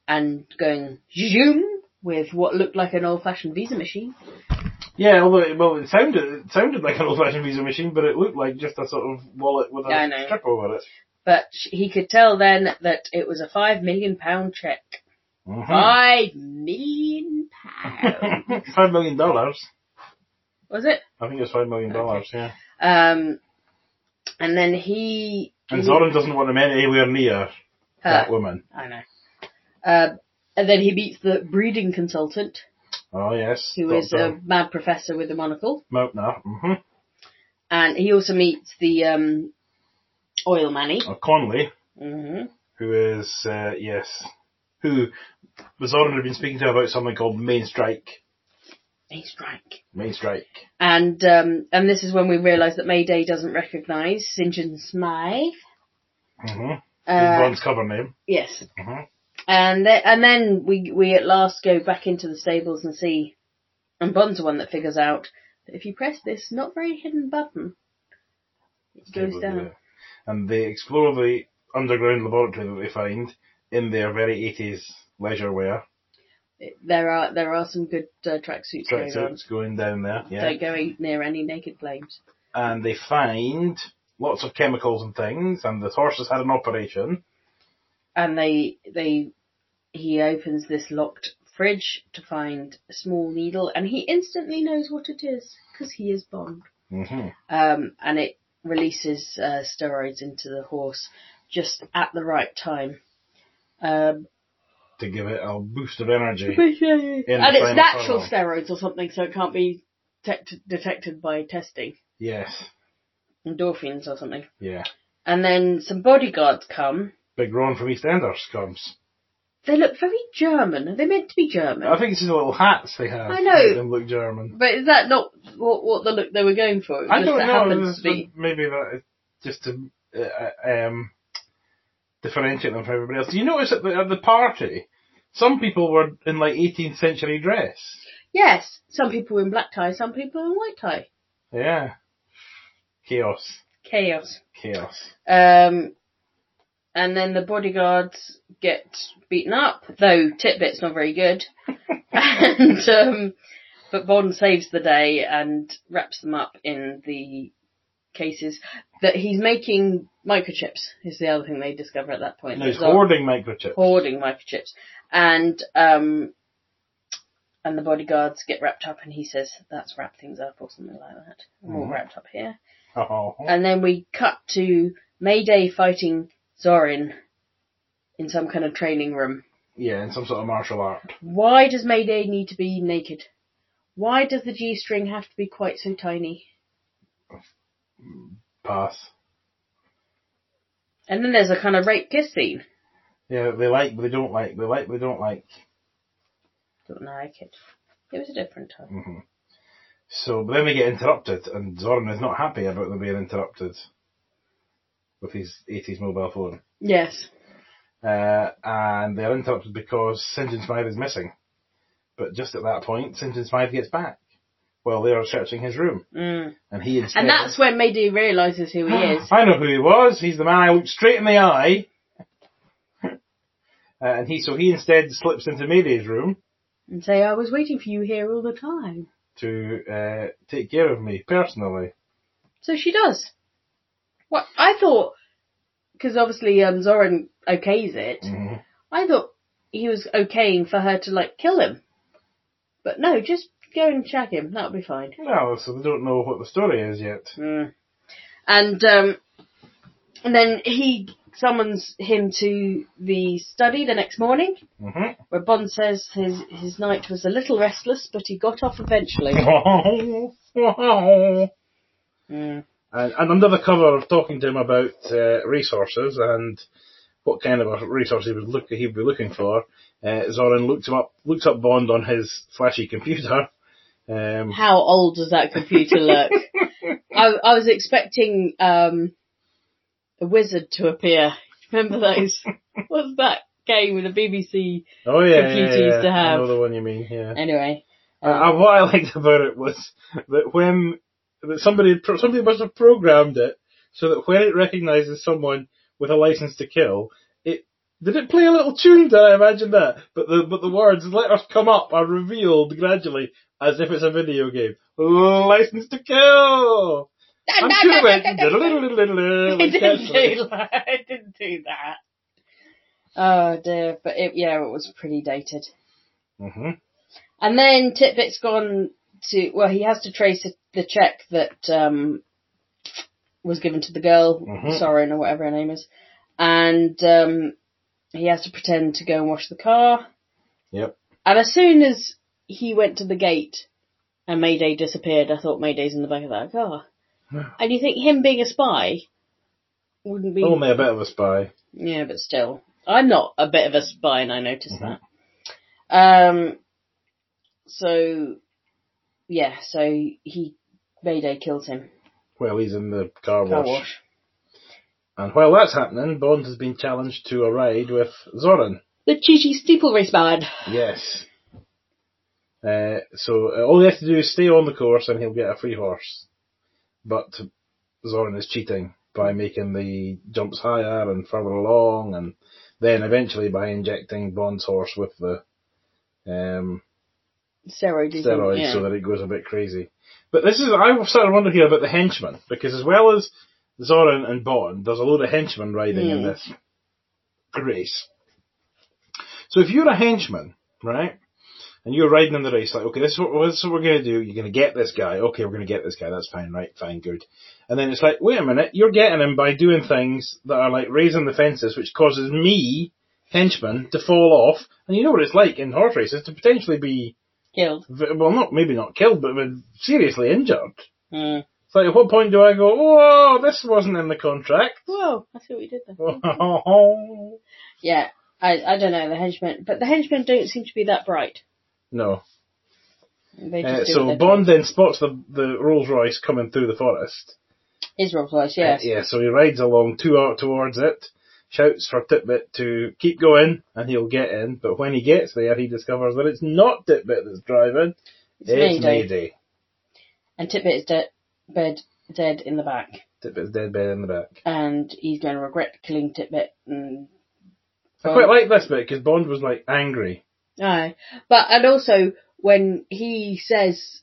and going zoom with what looked like an old-fashioned visa machine.
Yeah, although it, well, it sounded it sounded like an old-fashioned visa machine, but it looked like just a sort of wallet with a
Yeah, I know.
strip over it.
But sh- he could tell then that it was a five million pound check.
Mhm.
Five million pounds.
five million dollars.
was it?
I think it's five million dollars. Yeah.
Um, and then he.
And Zoran doesn't want him anywhere near
her.
that woman.
I know. Um, and then he meets the breeding consultant,
Oh yes.
who is
Doctor
a mad professor with a monocle,
Mountner. Mm-hmm.
and he also meets the um, oil manny.
Conley, Mm-hmm.
hmm
who is uh, yes, who Zoran had been speaking to about something called main strike.
He's strike.
Main strike.
And um, and this is when we realise that Mayday doesn't recognise St John Smythe.
Mm-hmm.
Uh,
Bond's cover name.
yes.
Mhm.
And then, and then we we at last go back into the stables and see, and Bond's the one that figures out that if you press this not very hidden button, it goes down.
And they explore the underground laboratory that they find in their very 80s leisure wear.
It- There are there are some good uh, tracksuits going on.
Tracksuits going down there, yeah.
Don't go e- near any naked flames.
And they find lots of chemicals and things, and the horse has had an operation.
And they they he opens this locked fridge to find a small needle, and he instantly knows what it is because he is Bond.
Mm-hmm.
um, and it releases uh, steroids into the horse just at the right time. Um,
To give it a boost of energy.
and
final
it's natural
furlong.
steroids or something, so it can't be detect- detected by testing
Yes,
endorphins or something.
yeah.
And then some bodyguards come.
Big Ron from EastEnders comes.
They look very German. Are they meant to be German?
I think it's his little hats they have.
I know.
Make them look German.
but is that not what, what the look they were going for? It
I
just
don't
that
know. Um,
happens to be-
Maybe that is just to uh, uh, um, differentiate them from everybody else. Do you notice at the, at the party, some people were in like 18th century dress?
Yes, some people in black tie, some people in white tie.
Yeah. Chaos.
Chaos.
Chaos.
Um, and then the bodyguards get beaten up, though Titbit's not very good. and um, but Bond saves the day and wraps them up in the cases that he's making microchips is the other thing they discover at that point.
And he's
There's a-
hoarding microchips.
hoarding microchips, and um, and the bodyguards get wrapped up, and he says, "That's wrap things up" or something like that. I'm all
Mhm.
wrapped up here.
Oh.
And then we cut to Mayday fighting Zorin in some kind of training room.
Yeah, in some sort of martial art.
Why does Mayday need to be naked? Why does the G string have to be quite so tiny?
Pass.
And then there's a kind of rape kiss scene.
Yeah, they like, but they don't like. They like, but they don't like.
Don't like it. It was a different time.
hmm So, but then we get interrupted, and Zoran is not happy about them being interrupted with his 80s mobile phone.
Yes.
Uh, and they're interrupted because St. John Smythe is missing. But just at that point, St. John Smythe gets back. Well, they are searching his room,
Mm.
and he instead.
And that's when Mayday realises who he is.
I know who he was. He's the man I looked straight in the eye. Uh, and he, so he instead slips into Mayday's room
And say, I was waiting for you here all the time.
to uh, take care of me personally.
So she does. What I thought, because obviously um, Zoran okays it.
Mhm.
I thought he was okaying for her to like kill him, but no, just go and check him. That'll be fine.
Well, so they don't know what the story is yet.
Mm. And um, and then he summons him to the study the next morning,
Mm-hmm.
where Bond says his his night was a little restless, but he got off eventually. Mm.
and, and under the cover of talking to him about uh, resources and what kind of a resource he would look he'd be looking for, uh, Zoran looked him up looked up Bond on his flashy computer. Um,
How old does that computer look? I, I was expecting um, a wizard to appear. Remember those? What's that game with the BBC?
oh yeah,
Computer
yeah, yeah,
used to
I
have.
know the one you mean. Yeah.
Anyway,
Uh, and what I liked about it was that when that somebody had pro- somebody must have programmed it so that when it recognises someone with a license to kill, it did it play a little tune? Did I imagine that? But the but the words letters come up are revealed gradually as if it's a video game. License to kill. I'm sure it went diddle-diddle-diddle-diddle
I
like
didn't
that.
do that. I didn't do that. Oh dear, but it, yeah, it was pretty dated.
Mhm.
And then Titbit's gone to well, he has to trace the check that um was given to the girl,
Mhm.
Sorin or whatever her name is, and um he has to pretend to go and wash the car.
Yep.
And as soon as he went to the gate and Mayday disappeared, I thought Mayday's in the back of that car. And you think him being a spy wouldn't be
Only a bit of a spy.
yeah, but still, I'm not a bit of a spy, and I noticed
Mm-hmm.
that. Um, so yeah, so he Mayday kills him.
Well, he's in the car
Car
wash.
wash.
And while that's happening, Bond has been challenged to a ride with Zoran.
The Chichi steeple race bad.
Yes. Uh, so uh, all he has to do is stay on the course and he'll get a free horse. But Zoran is cheating by making the jumps higher and further along and then eventually by injecting Bond's horse with the um,
Steroid. isn't-
steroids
Yeah.
so that it goes a bit crazy. But this is, I started wondering here about the henchmen because as well as Zoran and Bond, there's a load of henchmen riding in
Hmm.
this race. So if you're a henchman, right, and you're riding in the race, like, okay, this is what, this is what we're going to do. You're going to get this guy. Okay, we're going to get this guy. That's fine, right, fine, good. And then it's like, wait a minute, you're getting him by doing things that are like raising the fences, which causes me, henchman, to fall off. And you know what it's like in horse races to potentially be
killed.
v- well, not maybe not killed, but were seriously injured.
Mm.
It's like, at what point do I go, whoa, this wasn't in the contract?
Whoa! I see what you did there.
no.
Yeah, I I don't know the henchmen, but the henchmen don't seem to be that bright. They just
Uh,
do what
so
they
Bond then spots the, the Rolls Royce coming through the forest.
do. Is Rolls Royce?
Uh,
Yes.
yeah, so he rides along two out towards it, shouts for Titbit to keep going, and he'll get in. But when he gets there, he discovers that it's not Titbit that's driving, it's,
Mayday.
Mayday.
And Titbit is dead, bed dead in the back.
Titbit's dead bed in the back.
and he's going to regret killing Titbit. And
I quite like this bit because Bond was like angry.
Aye. but and also when he says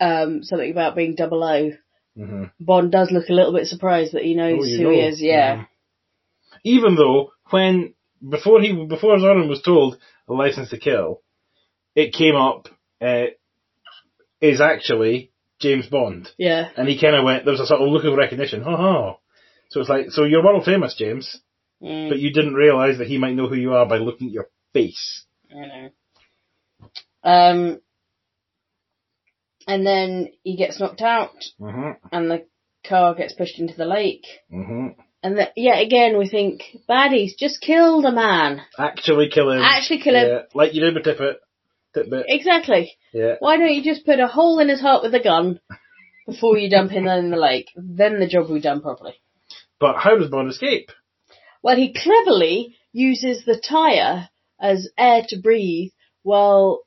um, something about being double O,
hmm
Bond does look a little bit surprised that he knows
Oh, you
who
know.
Mm-hmm. he is. Yeah,
even though when before he before Zoran was told a license to kill, it came up uh, is actually James Bond,
yeah,
and he kind of went. There was a sort of look of recognition. Ha ha. So it's like, so you're world famous, James,
Mm,
but you didn't realise that he might know who you are by looking at your face.
I know. Um, and then he gets knocked out,
Mm-hmm.
and the car gets pushed into the lake.
hmm
And that, yet again, we think, baddies, just kill the man.
Actually kill him.
Actually kill him.
Yeah, like you did with Tippet. Tippet.
Exactly.
Yeah.
Why don't you just put a hole in his heart with a gun before you dump him in the lake? Then the job will be done properly.
But how does Bond escape?
Well, he cleverly uses the tyre as air to breathe while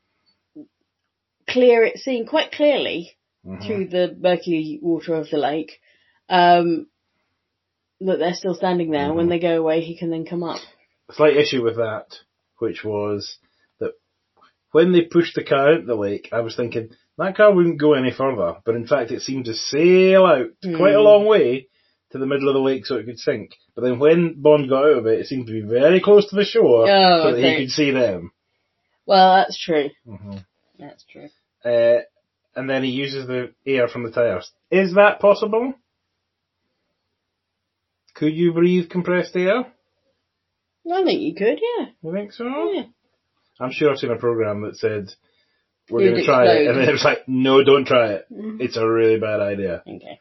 clear it seen quite clearly through the murky water of the lake. Um, that they're still standing there. When they go away, he can then come up.
slight issue with that, which was that when they pushed the car out the lake, I was thinking that car wouldn't go any further, but in fact it seemed to sail out quite
Hmm.
a long way to the middle of the lake so it could sink. But then when Bond got out of it, it seemed to be very close to the shore
Oh,
so that
thanks.
he could see them.
Well, that's true.
Mhm.
That's true.
Uh, and then he uses the air from the tires. Is that possible? Could you breathe compressed air?
I think you could, yeah.
You think so?
yeah.
I'm sure I've seen a program that said we're
You'd
going to try it,
explode. Mm-hmm.
and then it was like, no, don't try it. It's a really bad idea.
Okay.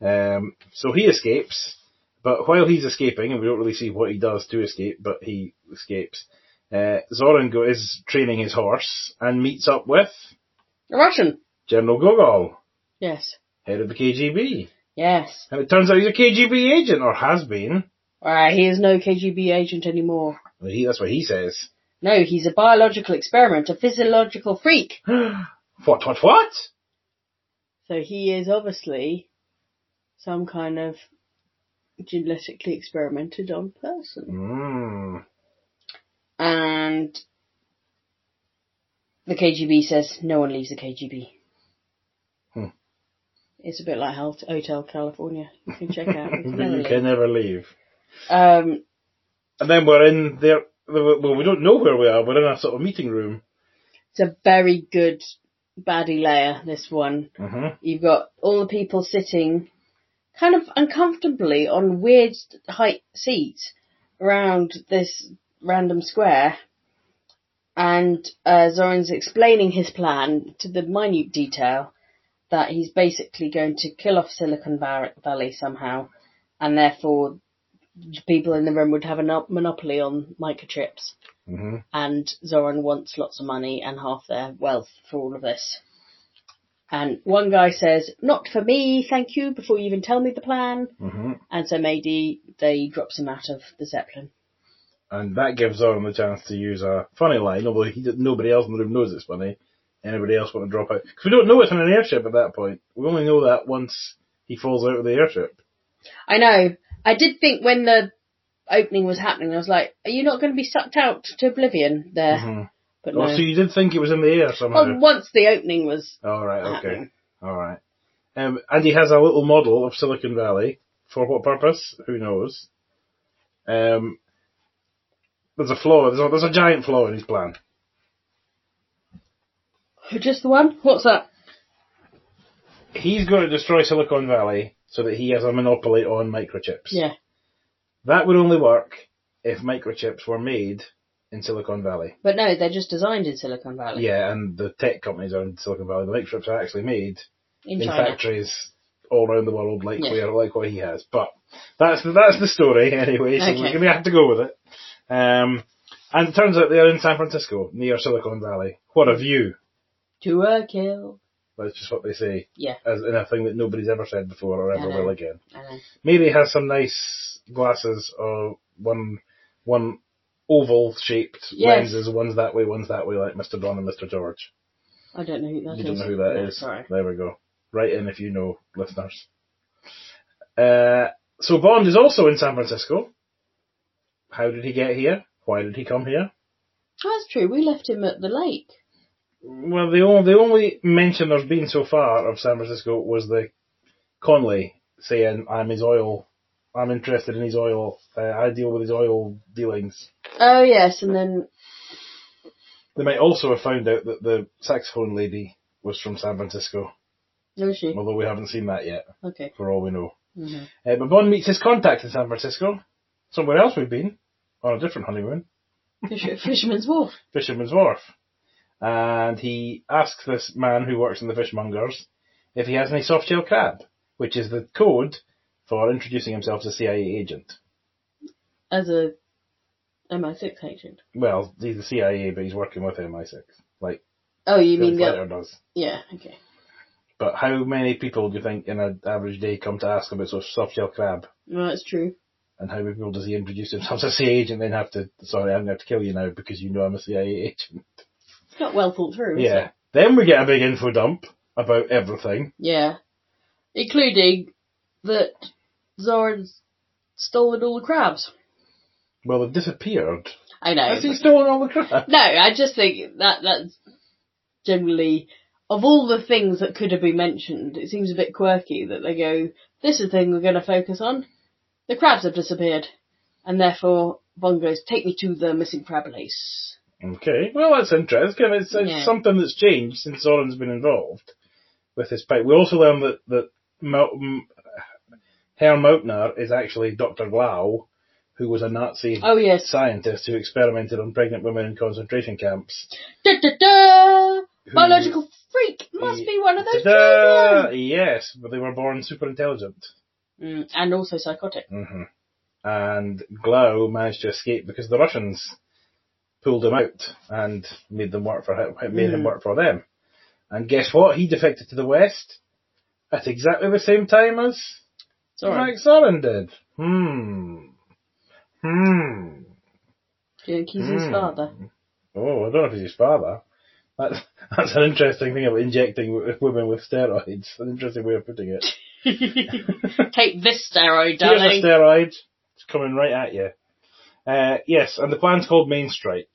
Um, so he escapes, but while he's escaping, and we don't really see what he does to escape, but he escapes. Uh, Zoran go- is training his horse and meets up with
A Russian.
General Gogol,
Yes.
head of the KGB,
Yes.
and it turns out he's a KGB agent or has been.
Alright, he is no KGB agent anymore.
He, that's what he says.
No, he's a biological experiment, a physiological freak.
What? What? What?
So he is obviously some kind of genetically experimented on person.
Mm.
And the KGB says no one leaves the KGB.
Hmm.
It's a bit like Hot- Hotel California. You can check out. It's
But
never
you
leave.
can never leave.
Um,
And then we're in there. Well, we don't know where we are. We're in a sort of meeting room.
it's a very good baddie layer, this one.
Mm-hmm.
You've got all the people sitting kind of uncomfortably on weird height seats around this random square. And uh, Zoran's explaining his plan to the minute detail that he's basically going to kill off Silicon Bar- Valley somehow, and therefore the people in the room would have a no- monopoly on microchips.
Mm-hmm.
And Zoran wants lots of money and half their wealth for all of this. And one guy says, not for me, thank you, before you even tell me the plan.
Mhm.
And so maybe they drops him out of the Zeppelin.
And that gives Zoran the chance to use a funny line, although he did, nobody else in the room knows it's funny. Anybody else want to drop out? Because we don't know it's on an airship at that point. We only know that once he falls out of the airship.
I know. I did think when the opening was happening, I was like, are you not going to be sucked out to oblivion there?
Mhm.
But
Oh,
no. Oh,
so you did think it was in the air
Well,
somehow?
once the opening was
All right, okay,
happening.
all right. Um, and he has a little model of Silicon Valley. For what purpose? Who knows? Um, there's a flaw. There's a, there's a giant flaw in his plan.
Just the one? What's that?
He's going to destroy Silicon Valley so that he has a monopoly on microchips.
Yeah.
That would only work if microchips were made in Silicon Valley.
But no, they're just designed in Silicon Valley.
Yeah, and the tech companies are in Silicon Valley. The microchips are actually made
In,
in
China.
factories all around the world, like
Yeah.
we are, like what he has. But that's the, that's the story anyway. So
Okay.
we're gonna have to go with it. Um, and it turns out they're in San Francisco, near Silicon Valley. What a view!
To a kill.
That's just what they say,
Yeah.
as in a thing that nobody's ever said before or ever
I know.
will again.
I know.
Mary has some nice glasses, or one one oval shaped
Yes.
lenses. One's that way, one's that way, like Mr. Don and Mr. George.
I don't know who that is.
You don't know who that
No,
is.
Sorry.
There we go. Write in if you know, listeners. Uh, so Bond is also in San Francisco. How did he get here? Why did he come here?
Oh, That's true. We left him at the lake.
Well, the only, the only mention there's been so far of San Francisco was the Conley saying, "I'm his oil. I'm interested in his oil. Uh, I deal with his oil dealings."
Oh yes, and then
They might also have found out that the saxophone lady was from San Francisco,
no she.
although we haven't seen that yet,
Okay.
for all we know.
Mhm.
Uh, but Bond meets his contact in San Francisco, somewhere else we've been, on a different honeymoon,
Fish- Fisherman's Wharf.
Fisherman's Wharf. And he asks this man who works in the fishmongers if he has any soft shell crab, which is the code for introducing himself as a CIA agent.
as a MI6 agent.
Well, he's the CIA, but he's working with MI6. Like,
Oh, you
Bill
mean the
Fighter
other?
does.
Yeah. Okay.
But how many people do you think in an average day come to ask about sort of soft shell crab?
Well, that's true.
And how many people does he introduce himself as a CIA agent and then have to, sorry, I'm going to have to kill you now because you know I'm a CIA agent?
It's not well thought through. is
Yeah.
it?
Then we get a big info dump about everything.
Yeah. Including that Zoran's stolen all the crabs.
Well, they've disappeared.
I know.
Has he stolen all the crab?
No, I just think that that's generally of all the things that could have been mentioned, it seems a bit quirky that they go, "This is the thing we're going to focus on." The crabs have disappeared, and therefore Bond goes, "Take me to the missing crab place."
Okay, well that's interesting. It's, it's
Yeah.
something that's changed since Zoran's been involved with his pipe. We also learned that that Mel- M- Herr Mautner is actually Dr. Glau, who was a Nazi
Oh yes,
scientist who experimented on pregnant women in concentration camps.
da da da!
Who-
Biological freak must be one of those
Ta-da!
children,
Yes, but they were born super intelligent.
mm, and also psychotic.
hmm And Glau managed to escape because the Russians pulled him out and made them work for him, made him work for them. And guess what? He defected to the West at exactly the same time as
Sorry,
Mike Sorin did. Hmm. Hmm.
do you think he's his
Mm.
father?
Oh, I don't know if he's his father. That's, that's an interesting thing about injecting w- women with steroids. An interesting way of putting it.
Take this steroid,
Here's
oh, darling.
a steroid. It's coming right at you. Uh, yes, and the plan's called Main Strike.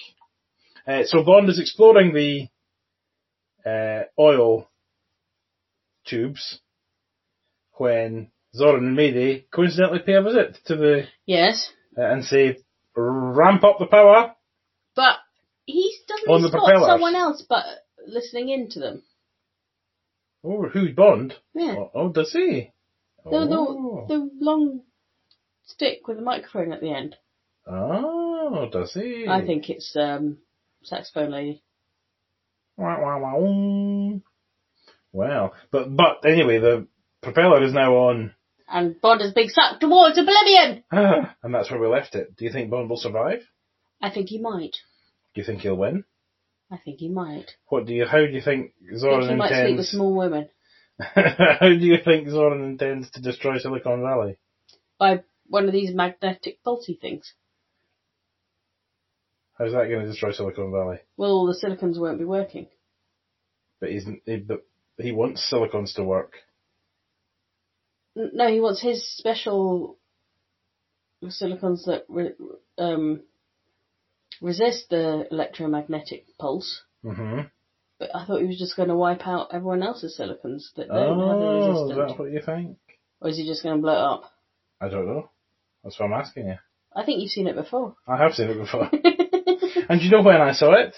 Uh, so Bond is exploring the uh, oil tubes when Zoran and Mayday coincidentally pay a visit to the
yes,
uh, and say, "Ramp up the power."
but he doesn't
On the
he spot
propellers.
someone else, but listening in to them.
Oh, who's Bond?
Yeah.
Oh, oh, does he?
Hmm. No,
Oh.
the, the long stick with the microphone at the end.
Oh, does he?
I think it's um, saxophone lady.
Wah, wah, wah, wah. Wow. But but anyway, the propeller is now on,
And Bond is being sucked towards oblivion.
and that's where we left it. Do you think Bond will survive?
I think he might.
Do you think he'll win?
I think he might.
What do you? How do you think
I think he
Zoran
might sleep with
intends?
small women
how do you think Zoran intends to destroy Silicon Valley?
by one of these magnetic faulty things.
How's that going to destroy Silicon Valley?
Well, all the silicons won't be working.
But isn't he, but he wants silicons to work?
N- No, he wants his special silicons that re- um, resist the electromagnetic pulse.
hmm
But I thought he was just going to wipe out everyone else's silicons that don't have the
Oh, is
resistance.
that what you think?
Or is he just going to blow it up?
I don't know. That's what I'm asking you.
I think you've seen it before.
I have seen it before.
oh,
and you know when I saw it?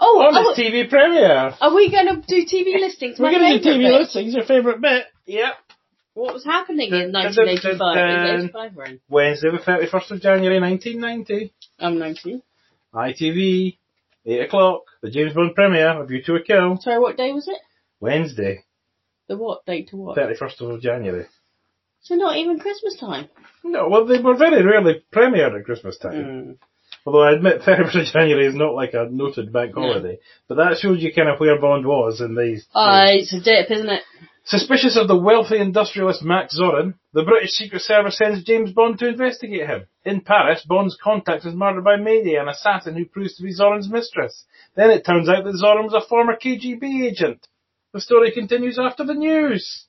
On
oh,
its TV premiere.
are we going to do TV listings?
We're
My
going to do
favourite
TV
bit.
listings, your favourite bit. Yep.
What was happening
Dun,
in
dun, dun,
1985?
dun.
in those five room?
Wednesday the 31st of January 1990.
I'm 19.
ITV, 8 o'clock, the James Bond premiere of You to a Kill.
Sorry, what day was it?
Wednesday,
The what date to what?
31st of January.
So not even Christmas time.
No, well they were very rarely premiered at Christmas time. Although I admit 31st of January is not like a noted bank
No.
holiday. But that shows you kind of where Bond was in these.
Ah, it's a dip, isn't it?
Suspicious of the wealthy industrialist Max Zorin, the British Secret Service sends James Bond to investigate him. In Paris, Bond's contact is murdered by Mayday, an assassin who proves to be Zorin's mistress. Then it turns out that Zorin was a former KGB agent. The story continues after the news.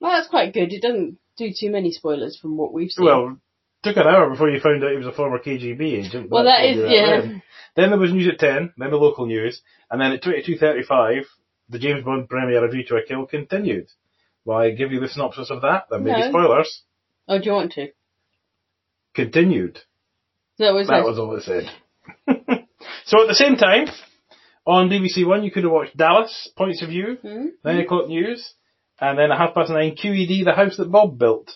Well, that's quite good. It doesn't do too many spoilers from what we've seen.
Well, took an hour before you found out he was a former KGB agent. but
Well, that
that's
is-
probably
yeah.
then. Then there was news at 10, then the local news, and then at 22.35, the James Bond premiere of You to a Kill continued. Well, I give you the synopsis of that, there may be
No.
spoilers.
oh, do you want to?
Continued.
That was,
That was all it said. so at the same time, on BBC One, you could have watched Dallas, Points of View, Nine O'Clock News, and then at half past nine, QED, The House That Bob Built.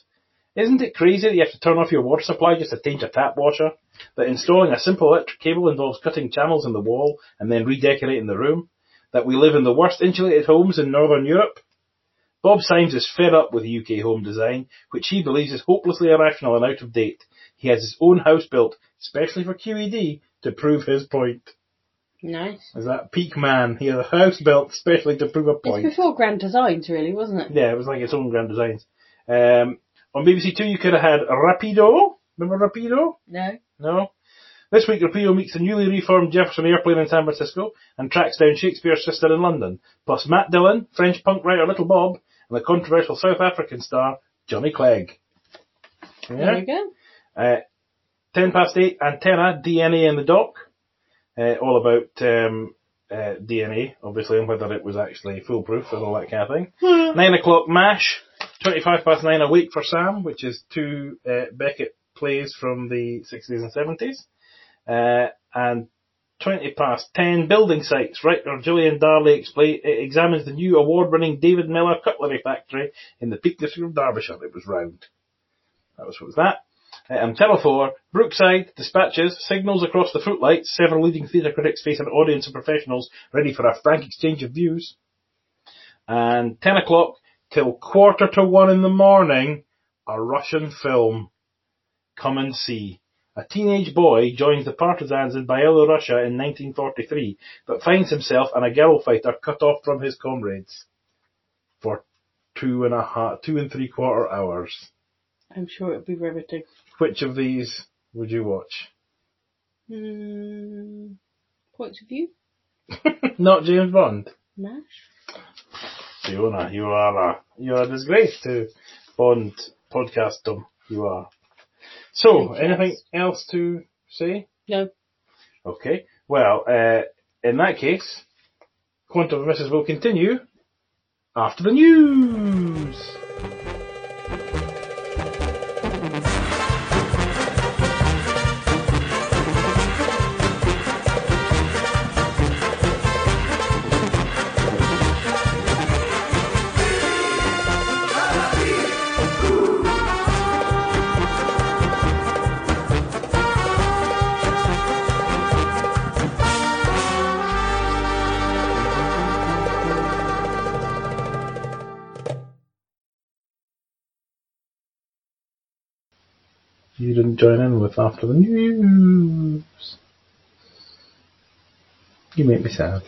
Isn't it crazy that you have to turn off your water supply just to change a tap washer? That installing a simple electric cable involves cutting channels in the wall and then redecorating the room? That we live in the worst insulated homes in Northern Europe? Bob Symes is fed up with UK home design, which he believes is hopelessly irrational and out of date. He has his own house built, especially for QED, to prove his point.
Nice.
Is that peak man? He had a house built specially to prove a
It's
point.
before Grand Designs, really, wasn't it?
Yeah, it was like its own grand designs. Um, on BBC Two, you could have had Rapido. Remember Rapido?
No.
No. This week, Rapido meets the newly reformed Jefferson Airplane in San Francisco and tracks down Shakespeare's sister in London, plus Matt Dillon, French punk writer Little Bob, and the controversial South African star Johnny Clegg.
There
Yeah.
we go.
Uh, ten past eight, antenna DNA in the dock. Uh, all about um, uh, DNA, obviously, and whether it was actually foolproof and all that kind of thing. nine o'clock mash. Twenty-five past nine awake for Sam, which is two uh, Beckett plays from the sixties and seventies. Uh, and twenty past ten building sites. Writer Julian Darley expla examines the new award-winning David Miller cutlery factory in the Peak District of Derbyshire. It was round. That was what was that. Um, Channel 4, Brookside, dispatches, signals across the footlights, several leading theatre critics face an audience of professionals ready for a frank exchange of views. And 10 o'clock till quarter to one in the morning, a Russian film. Come and see. A teenage boy joins the partisans in Byelorussia in 1943, but finds himself and a guerrilla fighter cut off from his comrades for two and a half, two and three quarter hours.
I'm sure it'll be riveting.
Which of these would you watch?
Hmm. Points of view?
Not James Bond.
Nash?
Fiona, you are a you are a disgrace to Bond podcastdom. You are. So,
Thank you.
anything else to say?
No.
Okay. Well, uh, in that case, Quantum of Mrs. will continue after the news. You didn't join in with after the news. You make me sad.